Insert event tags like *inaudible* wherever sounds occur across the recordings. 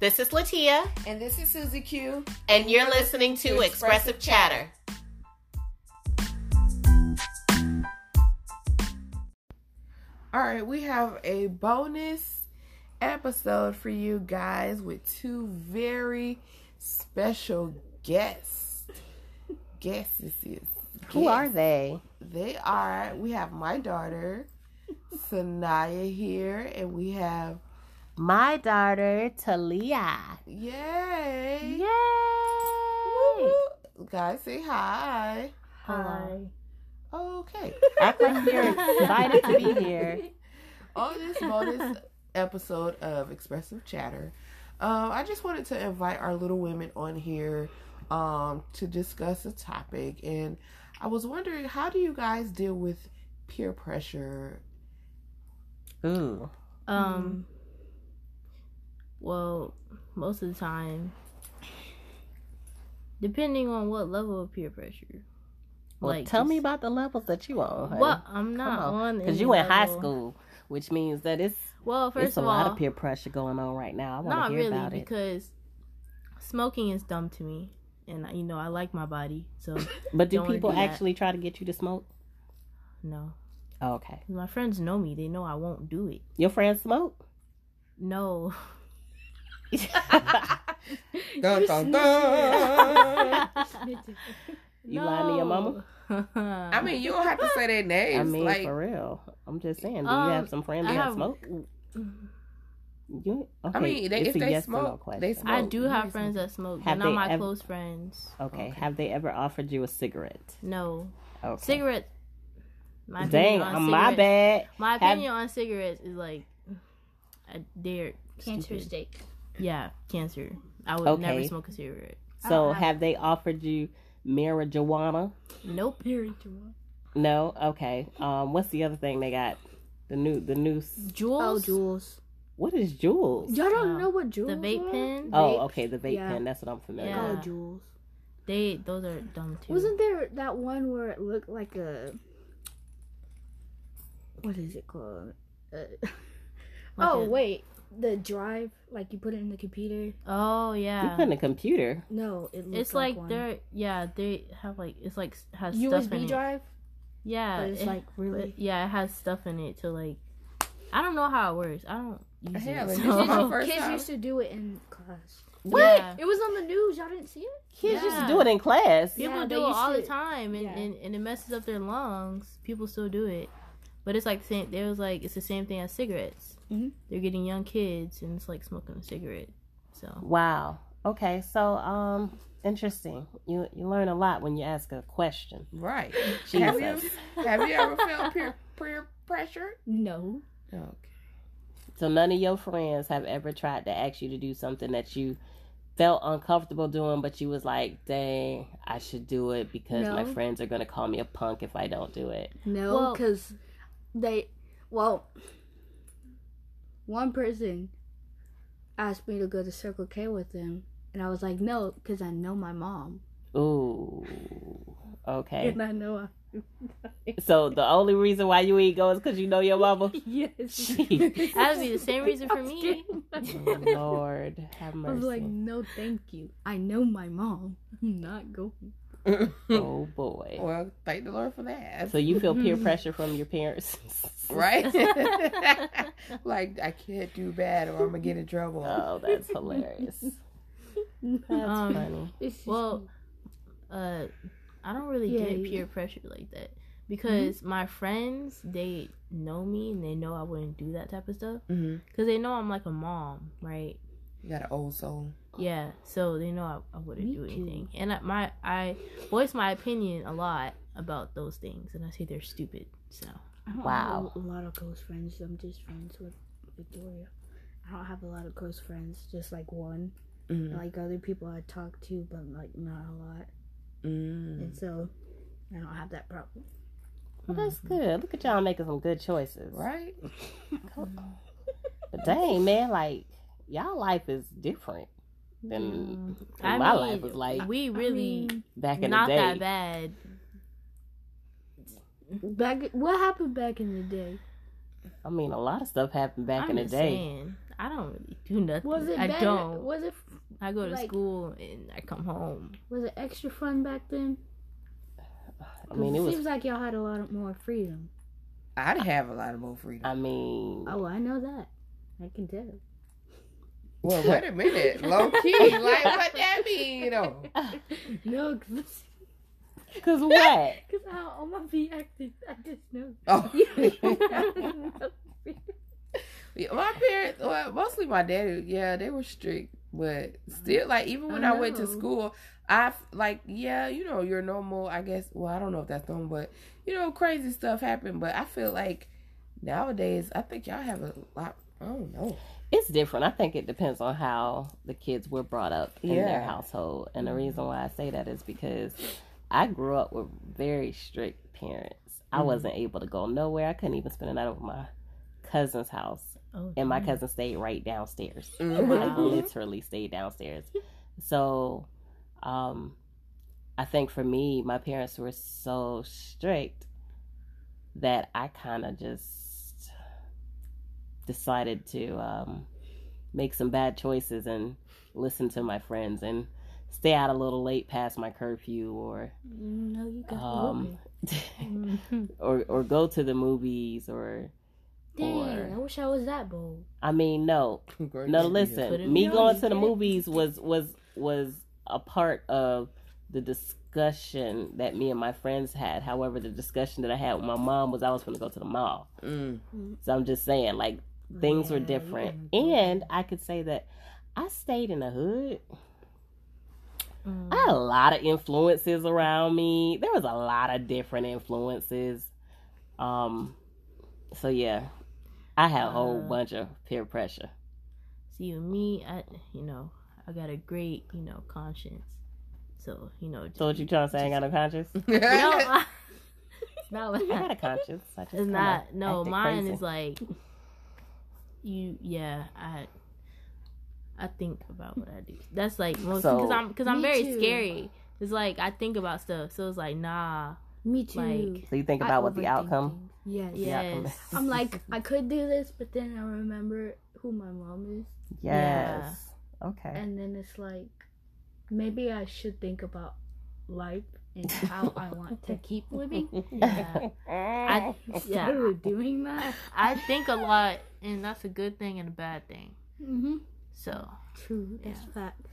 This is Latia, And this is Susie Q. and you're listening to Expressive Chatter. All right, we have a bonus episode for you guys with two very special guests. Guests, this is. Who are guests. they? They are. We have my daughter, Sanaya, here, and we have. My daughter Talia. Yay! Yay! Woo, woo. Guys, say hi. Oh, Hi. Okay. Act like you're excited to be here. on this bonus episode of Expressive Chatter, um, I just wanted to invite our little women on here um, to discuss a topic. And I was wondering, how do you guys deal with peer pressure? Ooh. Um. Mm. Well, most of the time, depending on what level of peer pressure. Well, Like, tell me just- about the levels that you on. honey. Well, I'm Come not on because any you in high level. school, which means that it's Well, first it's a of lot all, of peer pressure going on right now. I want not to hear really about it. because smoking is dumb to me, and you know I like my body, so *laughs* But do don't wanna people do that. actually try to get you to smoke? no. Oh, okay. My friends know me; they know I won't do it. Your friends *laughs* smoke? No, Dun, dun, *laughs* dun. you You lying to your *laughs* mama? mama. I mean, you don't have to say their names. I mean, like, for real. I'm just saying. Do Um, you have some friends I that have- smoke? You, okay, I mean, they, it's if a they yes or no smoke, question. they smoke. I do have Yes. friends that smoke. Have They're not they my ever- close friends. Okay. Okay. Have they ever offered you a cigarette? No. Okay. Cigarettes. My Dang, opinion on uh, my cigarettes- bad. My Have- opinion on cigarettes is like, I dare. Cancer Stupid. steak. Yeah, cancer. I would never Okay. smoke a cigarette. So, Uh-uh. have they offered you marijuana? Nope. No. Okay. Um, what's the other thing they got? The new, the new. s- Oh, Jules. jewels. What is Jules? Y'all Uh, don't know what jewels the vape are? pen. Oh, Vape. okay. The vape Yeah. pen. That's what I'm familiar Yeah. Oh, with. jewels. They those are dumb too. Wasn't there that one where it looked like a. What is it called? Uh, *laughs* Like oh, a- wait. The drive, like you put it in the computer? Oh You yeah. put in a computer. No, it looked It's like, one. they're yeah they have like it's like s- has stuff in USB it. drive, Yeah. but it's it- like *laughs* but, really. yeah, it has stuff in it to like. I don't know how it works. I don't use Hell, it. and so- *laughs* this is your first Kids time. used to do it in class. What? Yeah. It was on the news. Y'all didn't see it? Kids used Yeah. to do it in class. People Yeah, they do it used all the to- time, and, yeah. and, and it messes up their lungs. People still do it, but it's like the same. There was like it's the same thing as cigarettes. Mhm. They're getting young kids, and it's like smoking a cigarette. So Wow. Okay. So, um, interesting. You you learn a lot when you ask a question. Right. Have you, Jesus. have you ever felt peer, peer pressure? No. Okay. So none of your friends have ever tried to ask you to do something that you felt uncomfortable doing, but you was like, "Dang, I should do it because my No. friends are gonna call me a punk if I don't do it." No, Well- because they, well, one person asked me to go to Circle K with them, and I was like, no, because I know my mom, Ooh, okay. *laughs* and I know I. So the only reason why you ain't go is because you know your *laughs* mama. *laughs* Yes. Jeez. that would be the same reason for *laughs* I was me. kidding. Oh, Lord, have *laughs* I was like, mercy. no, thank you. I know my mom. I'm not going. *laughs* Oh boy. well, thank the Lord for that. So you feel *laughs* peer pressure from your parents? *laughs* right? *laughs* like I can't do bad, or I'm gonna get in trouble. Oh, that's hilarious. That's Um, funny. This is Well, uh, I don't really Yeah, get you- Mm-hmm. peer pressure like that because my friends they know me and they know I wouldn't do that type of stuff Mm-hmm. hmm because they know I'm like a mom, right? You got an old soul. Yeah, so they know I, I wouldn't Me do too. anything, and I, my I voice my opinion a lot about those things, and I say they're stupid. So I don't wow. have a lot of close friends. I'm just friends with Victoria. I don't have a lot of close friends. Just like one. Mm. Like other people I talk to, but like not a lot. Mm. And so I don't have that problem. Well, that's good. Look at y'all making some good choices. Right? But dang, man, like y'all life is different Mm. than my life was like we really back in not the day. that bad. Back what happened back in the day? I mean, a lot of stuff happened back I'm in the just day. saying, I don't really do nothing. Was it I better? don't. Was it I go to like- school and I come home. was it extra fun back then? I 'Cause mean, it it was. seems like y'all had a lot more freedom. I'd have a lot of more freedom. I mean, *laughs* Oh, I know that. I can tell. Well, wait a minute, low key, like what that mean? though? No, because cause what? how all my be acting. I just know. Oh, yeah, Yeah, my parents, well, mostly my daddy, yeah, they were strict, but still, like even when I, I went to know. school, I f- like yeah, you know, your normal, I guess. Well, I don't know if that's normal, but you know, crazy stuff happened. But I feel like nowadays, I think y'all have a lot. I don't know. It's different. I think it depends on how the kids were brought up in Yeah. their household, and the reason why I say that is because I grew up with very strict parents. I Mhm. wasn't able to go nowhere. I couldn't even spend a night at my cousin's house, Oh, and my damn. cousin stayed right downstairs. like *laughs* Wow. literally stayed downstairs. So, um, I think for me, my parents were so strict that I kind of just decided to um, make some bad choices and listen to my friends and stay out a little late past my curfew or *laughs* no, you got um, whooped. *laughs* Mm-hmm. Mhm. or or go to the movies or Dang, I or- wish I was that bold. I mean no Great No, idea. Put it listen. in Me the going oven. to the movies was was was a part of the discussion that me and my friends had. However, the discussion that I had with my mom was I was going to go to the mall. Mm. *laughs* So I'm just saying, like things were Yeah, you different, gotta go. and I could say that I stayed in the hood. Mm. I had a lot of influences around me. There was a lot of different influences. Um, so yeah, I had a whole Uh, bunch of peer pressure. See, with me, I you know I got a great you know conscience, so you know. So what you trying to say? I ain't got no conscience. *laughs* no, *laughs* I- it's not like I that. got a conscience. I just It's kinda not. No, acted mine crazy. is like you. Yeah, I. I think about what I do. That's like most because So- I'm because I'm Me very too. scary. It's like I think about stuff, so it's like nah. Me too. Like So you think I about what the overthink outcome? things. Yes. the Yeah. *laughs* outcome Yes. is. I'm like, I could do this, but then I remember who my mom is. *laughs* yes. *laughs* Okay. and then it's like maybe I should think about life and how I want *laughs* to keep living *laughs* yeah, I yeah. yeah. doing that. I think a lot, and that's a good thing and a bad thing. Mm-hmm. So True, that's Yeah. facts.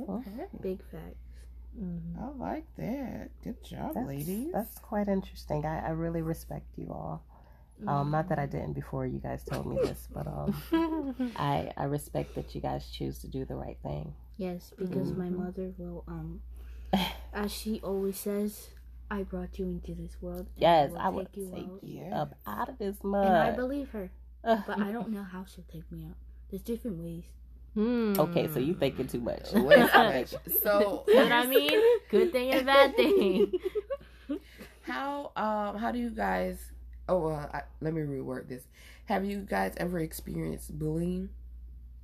Okay. Big facts. I like that. Good job, That's, ladies. that's quite interesting. I, I really respect you all. Um, not that I didn't before you guys told me this, but *laughs* um, I I respect that you guys choose to do the right thing. Yes, because my Mm-hmm. mother will um, *laughs* as she always says, I brought you into this world. and Yes, will I would take out." you Yeah. up out of this And I mud. believe her, Ugh. but I don't know how she'll take me out. There's different ways. *laughs* Mm-hmm. okay, so you thinking too much. *laughs* Way too much. So *laughs* You know what I mean? Good thing and a bad thing. How um how do you guys? Oh, uh, I, let me reword this. Have you guys ever experienced bullying?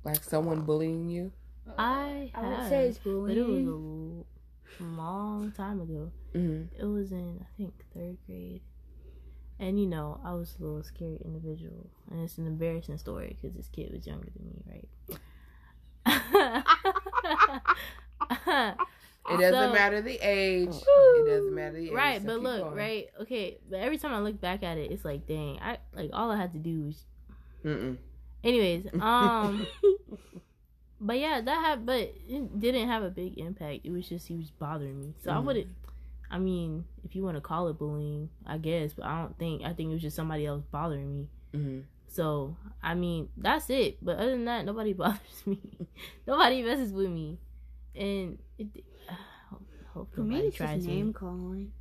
Like someone bullying you? I *laughs* I would have, say it's but it was a bullying. l- long time ago. Mm-hmm. It was in I think third grade, and you know I was a little scary individual, and it's an embarrassing story because this kid was younger than me, right? It doesn't Uh, So- matter the age. It doesn't matter the age. Right, so but keep look, going. right, okay, but every time I look back at it, it's like, dang, I like all I had to do was Mm-mm. Anyways, um, but yeah, that had, but it didn't have a big impact. It was just he was bothering me, so I Mhm. wouldn't. I mean, if you want to call it bullying, I guess, but I don't think. I think it was just somebody else bothering me. Mm-hmm. So I mean, that's it. But other than that, nobody *laughs* bothers me. nobody messes with me, and it. *sighs* I hope, hope For me, nobody it's tries just name me. calling.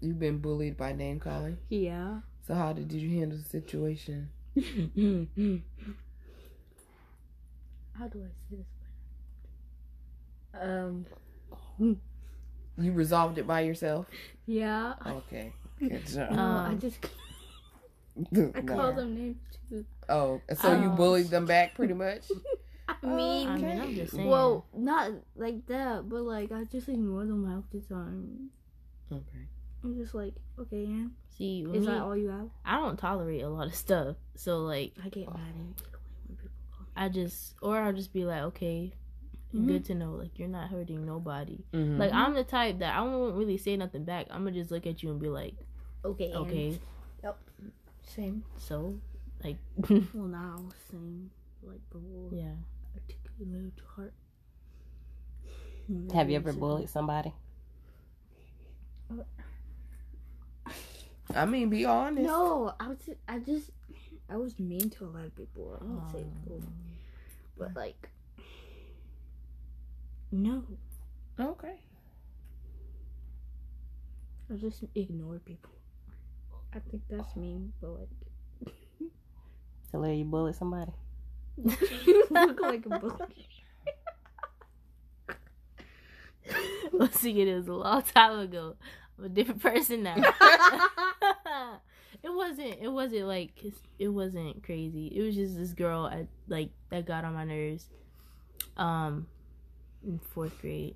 You've been bullied by name calling. *laughs* Yeah. So how did you handle the situation? How do I say this? Um. You resolved it by yourself. Yeah. Okay. Good No, job. I Um, just *laughs* I No. call them names too. Oh, so you Um, bullied them back pretty much? I mean, I mean, I'm just saying. Um, well, not like that, but like I just ignore them half the time. Okay. I'm just like, okay, Ann, See, with is me, that all you have? I don't tolerate a lot of stuff. So like, I get mad and get away when people call me. I just or I'll just be like, okay, Mhm. good to know. Like you're not hurting nobody. Mhm. Like I'm the type that I won't really say nothing back. I'm gonna just look at you and be like, Okay. Ann. okay, Same. so like, Well, now same. Like, but we'll yeah. *laughs* articulate my to heart. Have you ever bullied somebody? I mean, be honest. No, I was. I just. I was mean to a lot of people. I won't say cool, but like. No, Okay. I just ignore people. I think that's mean, but like. *laughs* Talia, you bullied somebody? you look like a bully. Well, see, it was a long time ago. I'm a different person now. it wasn't. It wasn't like. It wasn't crazy. It was just this girl I like that got on my nerves. Um, in fourth grade,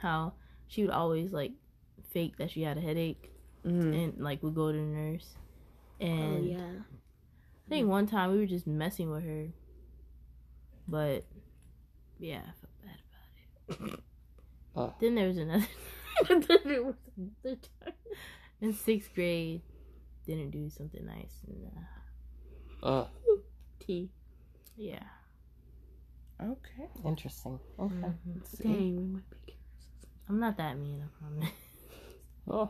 how she would always like fake that she had a headache Mhm. and like would go to the nurse. *laughs* And Mm-hmm. Oh yeah. I think one time we were just messing with her, but yeah, I felt bad *laughs* about Ah. Oh. it. then there was another. *laughs* Then it was another time. in sixth grade didn't do something nice and uh, Mm, T. yeah Okay. interesting. Okay. Mm. Mhm. Dang, we might be. i'm not that mean i promise Oh,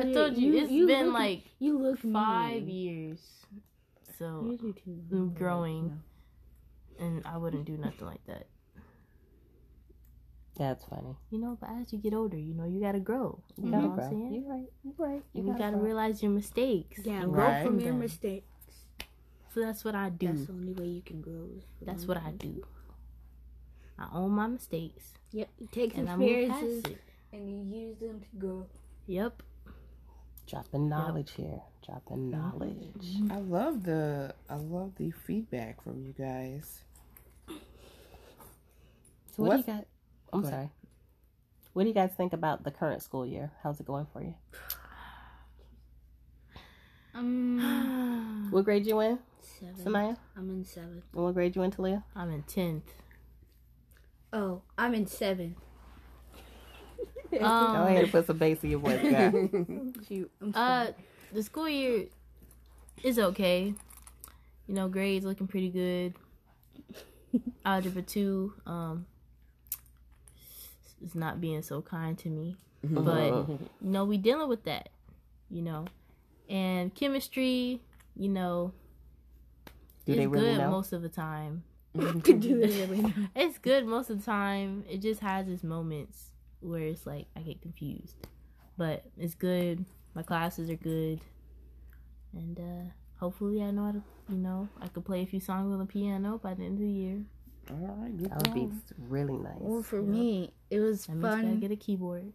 *laughs* i told you, it's it's been like you look five mean. years so You do too. I'm growing and i wouldn't do nothing like that that's funny. you know but as you get older you know you gotta grow You Mhm. gotta Know Mm-hmm. what grow. I'm saying? Mm-hmm. You're right. You're right. you, gotta grow. realize your mistakes Yeah, and grow Right. from your them. mistakes. so that's what i do That's the only way you can grow. Mm-hmm. is from that's your what i mistakes. do i own my mistakes Yep, you take and i move past experiences it and you use them to grow. yep *sighs* Dropping knowledge here. Dropping knowledge. I love the I love the feedback from you guys. So what, What- do you guys? I'm Go ahead. sorry. What do you guys think about the current school year? How's it going for you? Um, What grade you in, seven. Samaya? I'm in seven. And what grade you in, Talia? i'm in 10th *laughs* Oh, I'm *laughs* in seven. *laughs* Oh, um, Go ahead and put some bass in your *laughs* voice, guy. Shoot, I'm Uh, seven. the school year is okay. You know, grades looking pretty *laughs* good. Algebra two, um, is not being so kind to me, Mm-hmm. but you know we dealing with that. You know, and chemistry, you know, Do is they really good know? most of the time. Could do it every night. It's good most of the time. It just has its moments where it's like I get confused. But it's good. My classes are good. And uh hopefully I know how to you know, I could play a few songs on the piano by the end of the year. All right, good that would be job. really nice. Well, for Yep. me, it was That means I gotta fun. get a keyboard.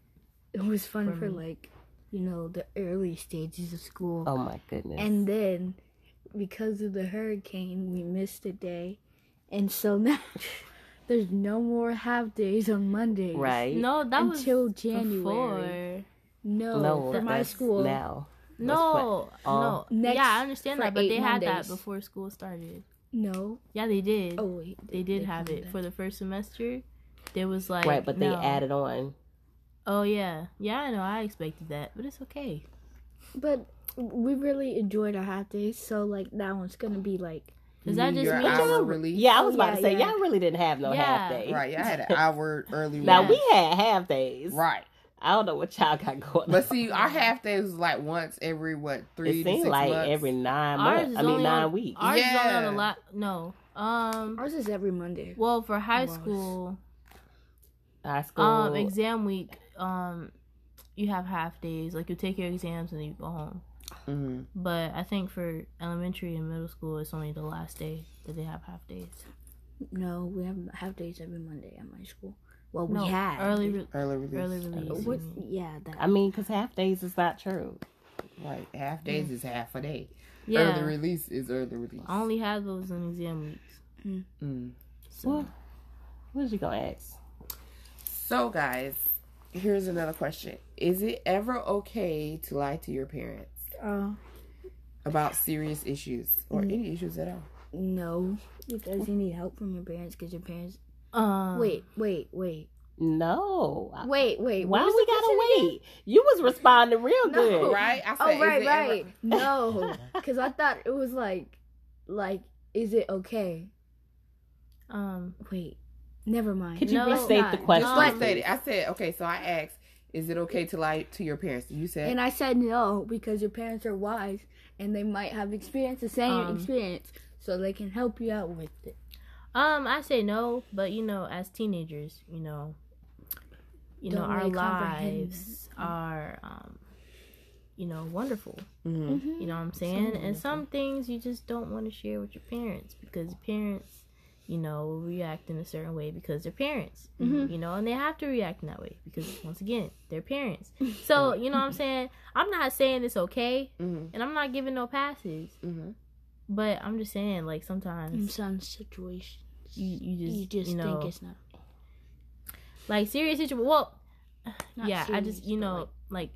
It was fun for for me. like, you know, the early stages of school. oh my goodness. And then, because of the hurricane, we missed a day, and so now *laughs* there's no more half days on Mondays. right? No, that was Until before. January. No, no for my that's school. now. No, all- no. Next- yeah, I understand for that, but eight they had that Mondays. before school started. No. Yeah, they did. Oh wait, they did they have can do it that. for the first semester. There was like right, but they no. added on. Oh yeah, yeah. I know. I expected that, but it's okay. But we really enjoyed our half days, so like that one's gonna be like Does that just Your mean hour release? Yeah, I was about yeah, to say yeah. y'all really didn't have no Yeah. half days. Right, I had an hour early. Now release. we had half days. *laughs* right. I don't know what y'all got going. But on. see, our half days was like once every what three it to seemed six like months. every nine Ours months. is I mean only nine on- weeks. ours is only on Yeah. a lot? No. Um. ours is every Monday. Well, for high Was. school, High school. um, exam week, um, you have half days. Like you take your exams and then you go home. Mhm. But I think for elementary and middle school, it's only the last day that they have half days. No, we have half days every Monday at my school. Well, we no, had early, re- early release. early release. What's, yeah, that I mean, because half days is not true. Right, half days is half a day. Early Yeah, release is early release. I only have those in exam weeks. Mm. So What? What was you gonna ask? So, guys, here's another question: Is it ever okay to lie to your parents Uh, about serious issues or Mm. any issues at all? no, because you need help from your parents. Because your parents. Um, Wait, wait, wait, No. I- wait, wait. uh, Why what was we the question gotta again? wait? You was responding real No. good. Right? I Oh is right, it ever- right. No, *laughs* because I thought it was like, like, is it okay? Um, Wait, never mind. Could you No, it's restate not. the question? Just No. like that. I said, okay, so I asked, is it okay to lie to your parents? You said, And I said no because your parents are wise and they might have experience the same Um, experience, so they can help you out with it. um, I say no, but you know, as teenagers, you know, you know, Don't our really comprehend Mm. lives are, um, you know, wonderful. mm-hmm. You know what I'm saying? And some things you just don't want to share with your parents because your parents, you know, will react in a certain way because they're parents. Mm-hmm. You know, and they have to react in that way because once again, they're *laughs* parents. So, you know what I'm saying? I'm not saying it's okay Mm-hmm. and I'm not giving no passes. Mm-hmm. But I'm just saying, like In sometimes some situations, you, you just you just know, think it's not. like serious situation. Well, not yeah, I just serious, you but, know like,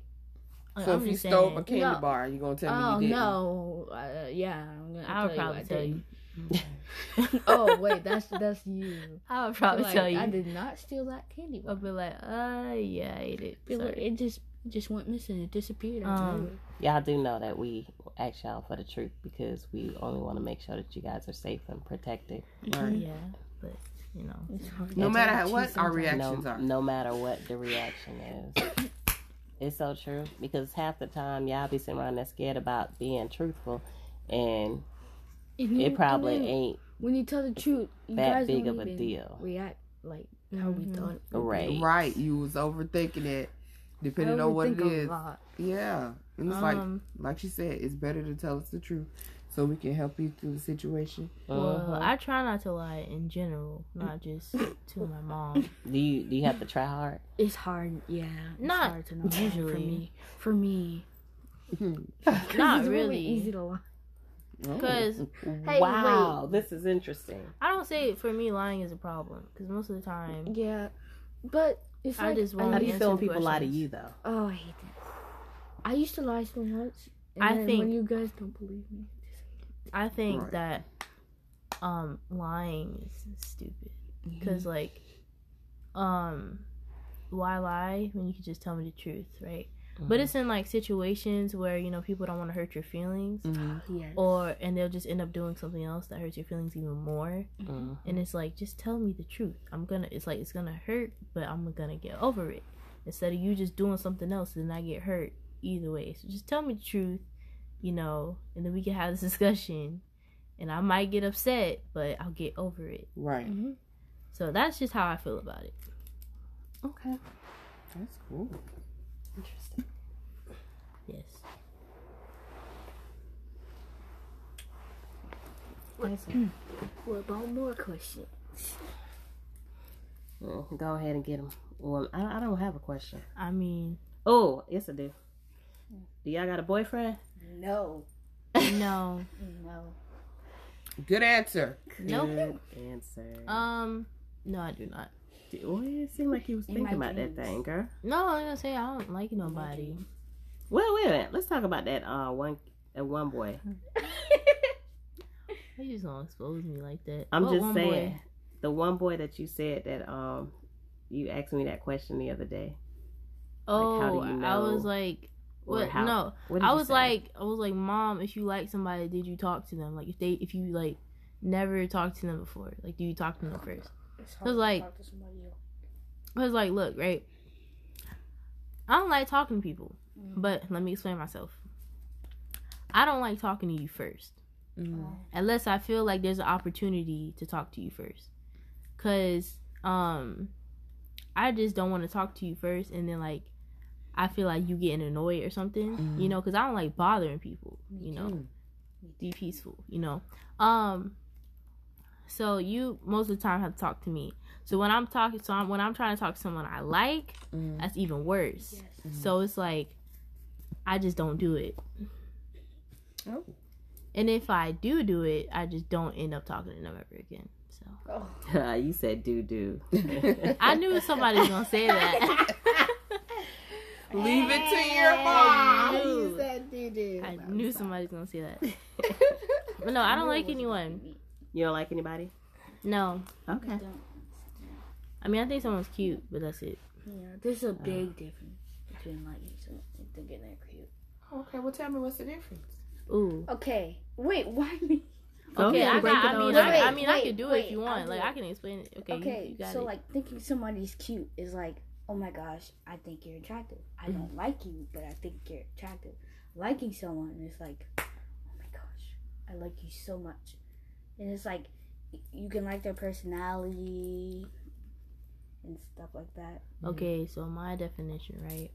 like, So I'm if you just stole saying, a candy No. bar, you gonna tell Oh me you didn't? no! Uh, yeah, I'm gonna. I would tell probably you I tell didn't. you. *laughs* oh wait, that's that's you. *laughs* I would probably Like, tell you. I did not steal that candy bar. I'll be like, uh, yeah, I ate it. It, wa- Sorry. it just it just went missing. It disappeared. out of Um, nowhere. Y'all do know that we ask y'all for the truth because we only want to make sure that you guys are safe and protected. Mm-hmm. Right. Yeah, but you know, It's hard No to matter tell how, what our sometimes. reactions no, are. no matter what the reaction is. *coughs* it's so true because half the time y'all be sitting around there scared about being truthful, and And you- it probably and then ain't When you tell the truth, you that guys big don't of a even deal, React like how we Mhm. thought. right? Right, you was overthinking it, depending on what it is. Yeah, and it's like, um, like she said, it's better to tell us the truth, so we can help you through the situation. well, Uh-huh. Mhm. I try not to lie in general, not just to my mom. Do you do you have to try hard? It's hard. Yeah, it's Not hard to not lie for usually. me. For *laughs* me, 'Cause Not it's really, easy to lie. Oh, because Hey, wow, this is interesting. I don't say for me lying is a problem because most of the time Yeah, but it's I like just I won't How do used- you answer feel when people lie to questions. you though? Oh, I hate that. I used to lie so much. And I then when think- you guys don't believe me. I think Right. that um lying is stupid because like um why lie when you could just tell me the truth, right? But it's in like situations where you know people don't want to hurt your feelings. Mhm. Yes. Or and they'll just end up doing something else that hurts your feelings even more. Mhm. And it's like, just tell me the truth. I'm gonna. It's like it's gonna hurt, but I'm gonna get over it. Instead of you just doing something else, then I get hurt either way. So just tell me the truth, you know, and then we can have this *laughs* discussion. And I might get upset, but I'll get over it. right. Mm-hmm. So that's just how I feel about it. Okay, That's cool. interesting. Yes. What about more *laughs* questions? Mm, Go ahead and get them. Well, I, I don't have a question. I *laughs* mean, Oh, yes, I do. Do y'all got a boyfriend? No. no. No. Good answer. Nope. Good Answer. Um, no, I do not. Well, it seemed like you was In thinking my about that dreams. thing, girl. No, I'm gonna say I don't like nobody. Well, wait a minute. Let's talk about that uh one that one boy. You just gonna expose me like that. I'm What just one boy? saying the one boy that you said that um you asked me that question the other day. Oh, Like, how do you I was know? like, Or what? how- no, what did I you was say? like, I was like, mom, if you like somebody, did you talk to them? Like, if they, if you like, never talked to them before, like, do you talk to them first? hard to like- talk I was like, look, right. I don't like talking to people, but let me explain myself. I don't like talking to you first. Mm-hmm. unless I feel like there's an opportunity to talk to you first. Cause um I just don't want to talk to you first and then like I feel like you getting annoyed or something, you know, cuz I don't like bothering people, you know. too. Be peaceful, you know. Um so you most of the time have to talk to me. So when I'm talking so I'm, when I'm trying to talk to someone I like, Mhm. that's even worse. Yes. So it's like I just don't do it. Oh. And if I do do it, I just don't end up talking to them ever again. So *laughs* you said doo doo. Oh. *laughs* I knew somebody was gonna say that. Leave it to your mom. You said you did. I I'm knew sorry. somebody was gonna say *laughs* that. But no, I don't like anyone. You don't like anybody? No, Okay. I mean I think someone's cute, but that's it. Yeah, there's a big difference between liking someone and thinking they're cute. Okay, well tell me what's the difference. Ooh. Okay, wait, why me? Okay, Okay, I, break got, it I mean, down. I, I Wait, mean, I wait, could do it wait, if you I'll want. do Like, it. I can explain it. Okay, you- Okay, you, got so it. like thinking somebody's cute is like, oh my gosh, I think you're attractive. I Mm-hmm. don't like you, but I think you're attractive. Liking someone is like, oh my gosh, I like you so much, and it's like y- you can like their personality and stuff like that. Okay, so my definition, right?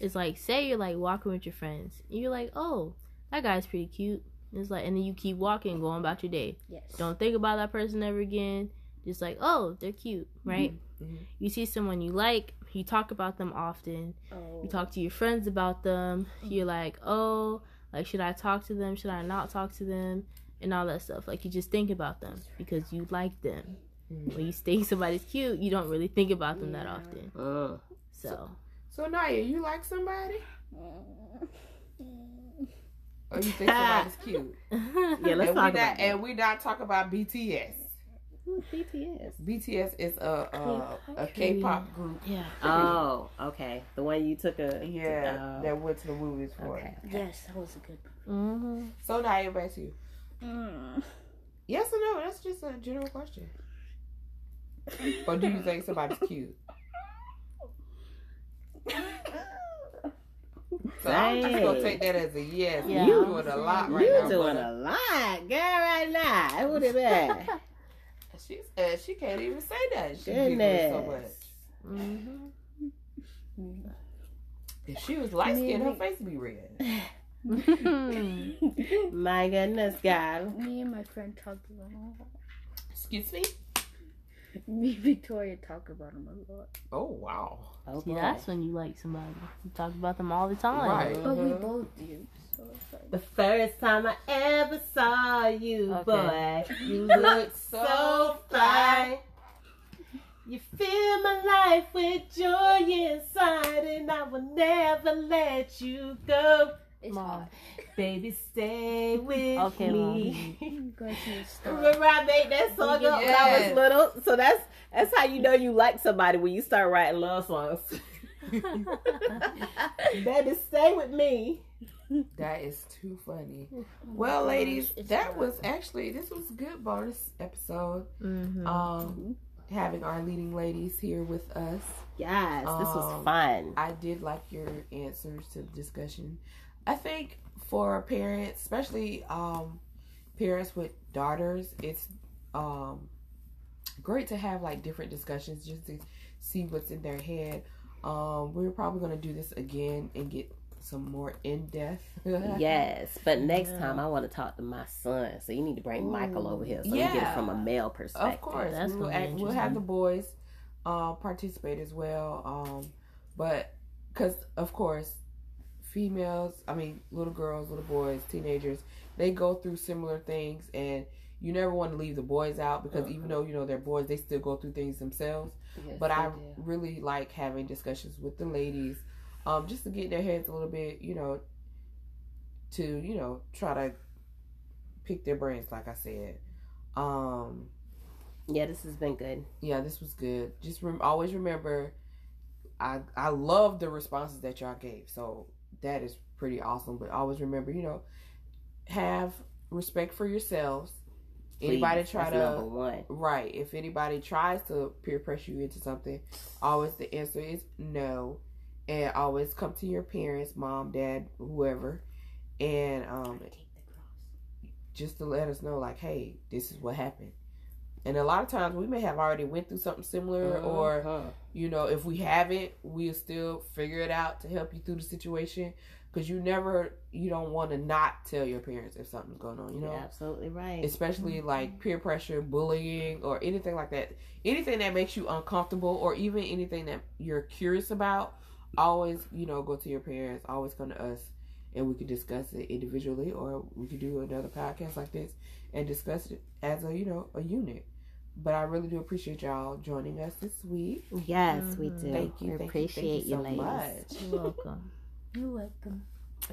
It's like say you're like walking with your friends, and you're like, oh, that guy's pretty cute. And it's like, and then you keep walking, going about your day. Yes. Don't think about that person ever again. Just like, oh, they're cute, right? Mhm. You see someone you like, you talk about them often. Oh. You talk to your friends about them. You're like, oh, like should I talk to them? Should I not talk to them? And all that stuff. Like you just think about them because you like them. When you think somebody's cute, you don't really think about them that Yeah. often. Mm. So So Naya, you like somebody? Or you think somebody's somebody's cute? Yeah, let's talk and we not, about that. and we not talk about BTS. Who's BTS? BTS is a a, a K-pop group. *laughs* yeah. Oh, okay. The one you took a Yeah, Oh. that went to the movies for. Okay. *laughs* Yes, that was a good. Mm-hmm. So Naya, back to you. Mm. Yes or no? That's just a general question. or do you think somebody's cute? So I'm just gonna Dang. take that as a yes. Yeah. You doing a lot right you now. uh, doing brother. a lot, girl, right now. Who the man? She's uh, she can't even say that. She giggles so much. Goodness. Mm-hmm. If she was light skinned, her face would be red. Mm-hmm. Mm. My goodness, God. *laughs* Me and my friend talked about *laughs* him. Excuse me. Me and Victoria talk about him a lot. Oh wow. Oh, *laughs* See, boy. that's when you like somebody. You talk about them all the time. Right. Oh, But we Mhm. both do. So it's like, The first time I ever saw you, Okay. boy, you look so fly. You fill my life with joy inside, and I will never let you go. it's Mom. hot. Baby, stay with Okay, me. *laughs* I'm going to the store. Remember I made that song up when I Yes. was little? So that's that's how you know you like somebody when you start writing love songs. *laughs* Baby, stay with me. That is too funny. Well, ladies, it's that hot. was actually this was a good bonus episode. Mm-hmm. Um, having our leading ladies here with us. Mm-hmm. Yes, this was Um, fun. I did like your answers to the discussion. I think for parents, especially um, parents with daughters, it's um, great to have like different discussions just to see what's in their head. Um, we're probably going to do this again and get some more in depth. *laughs* Yes, but next time I want to talk to my son, so you need to bring Michael over here so we get Yeah. it from a male perspective. Of course, That's we will gonna be act, we'll have the boys uh, participate as well. Um, but because of course, females, I mean, little girls, little boys, teenagers, they go through similar things, and you never want to leave the boys out because even though you know they're boys, they still go through things themselves. but I really like having discussions with the ladies, um, just to get their heads a little bit, you know, to you know try to pick their brains, like I said. Um, Yeah, this has been good. yeah, this was good. Just rem- always remember, I I love the responses that y'all gave, so that is pretty awesome. But always remember, you know, have respect for yourselves. Anybody Please, try that's to number one. right? If anybody tries to peer pressure you into something, always the answer is no, and always come to your parents, mom, dad, whoever, and um, just to let us know like hey this is what happened and a lot of times we may have already went through something similar or Uh-huh. you know if we haven't we'll still figure it out to help you through the situation because you never you don't want to not tell your parents if something's going on you know You're absolutely right. especially Mm-hmm. like peer pressure bullying or anything like that anything that makes you uncomfortable or even anything that you're curious about always you know go to your parents always come to us and we could discuss it individually or we could do another podcast like this and discuss it as a you know a unit But I really do appreciate y'all joining us this week. Yes, we Mhm. do. Thank you. we thank appreciate you, you, thank you, so ladies. much. You're welcome. You're welcome.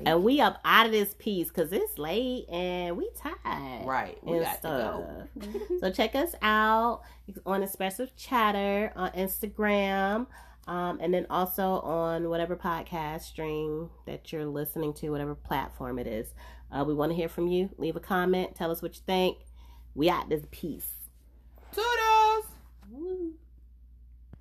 And we up out of this piece because it's late and we tired. Right. We and got to go. stuff. so check us out on Expressive Chatter on Instagram, um, and then also on whatever podcast stream that you're listening to, whatever platform it is. Uh, we want to hear from you. Leave a comment. Tell us what you think. We out this piece.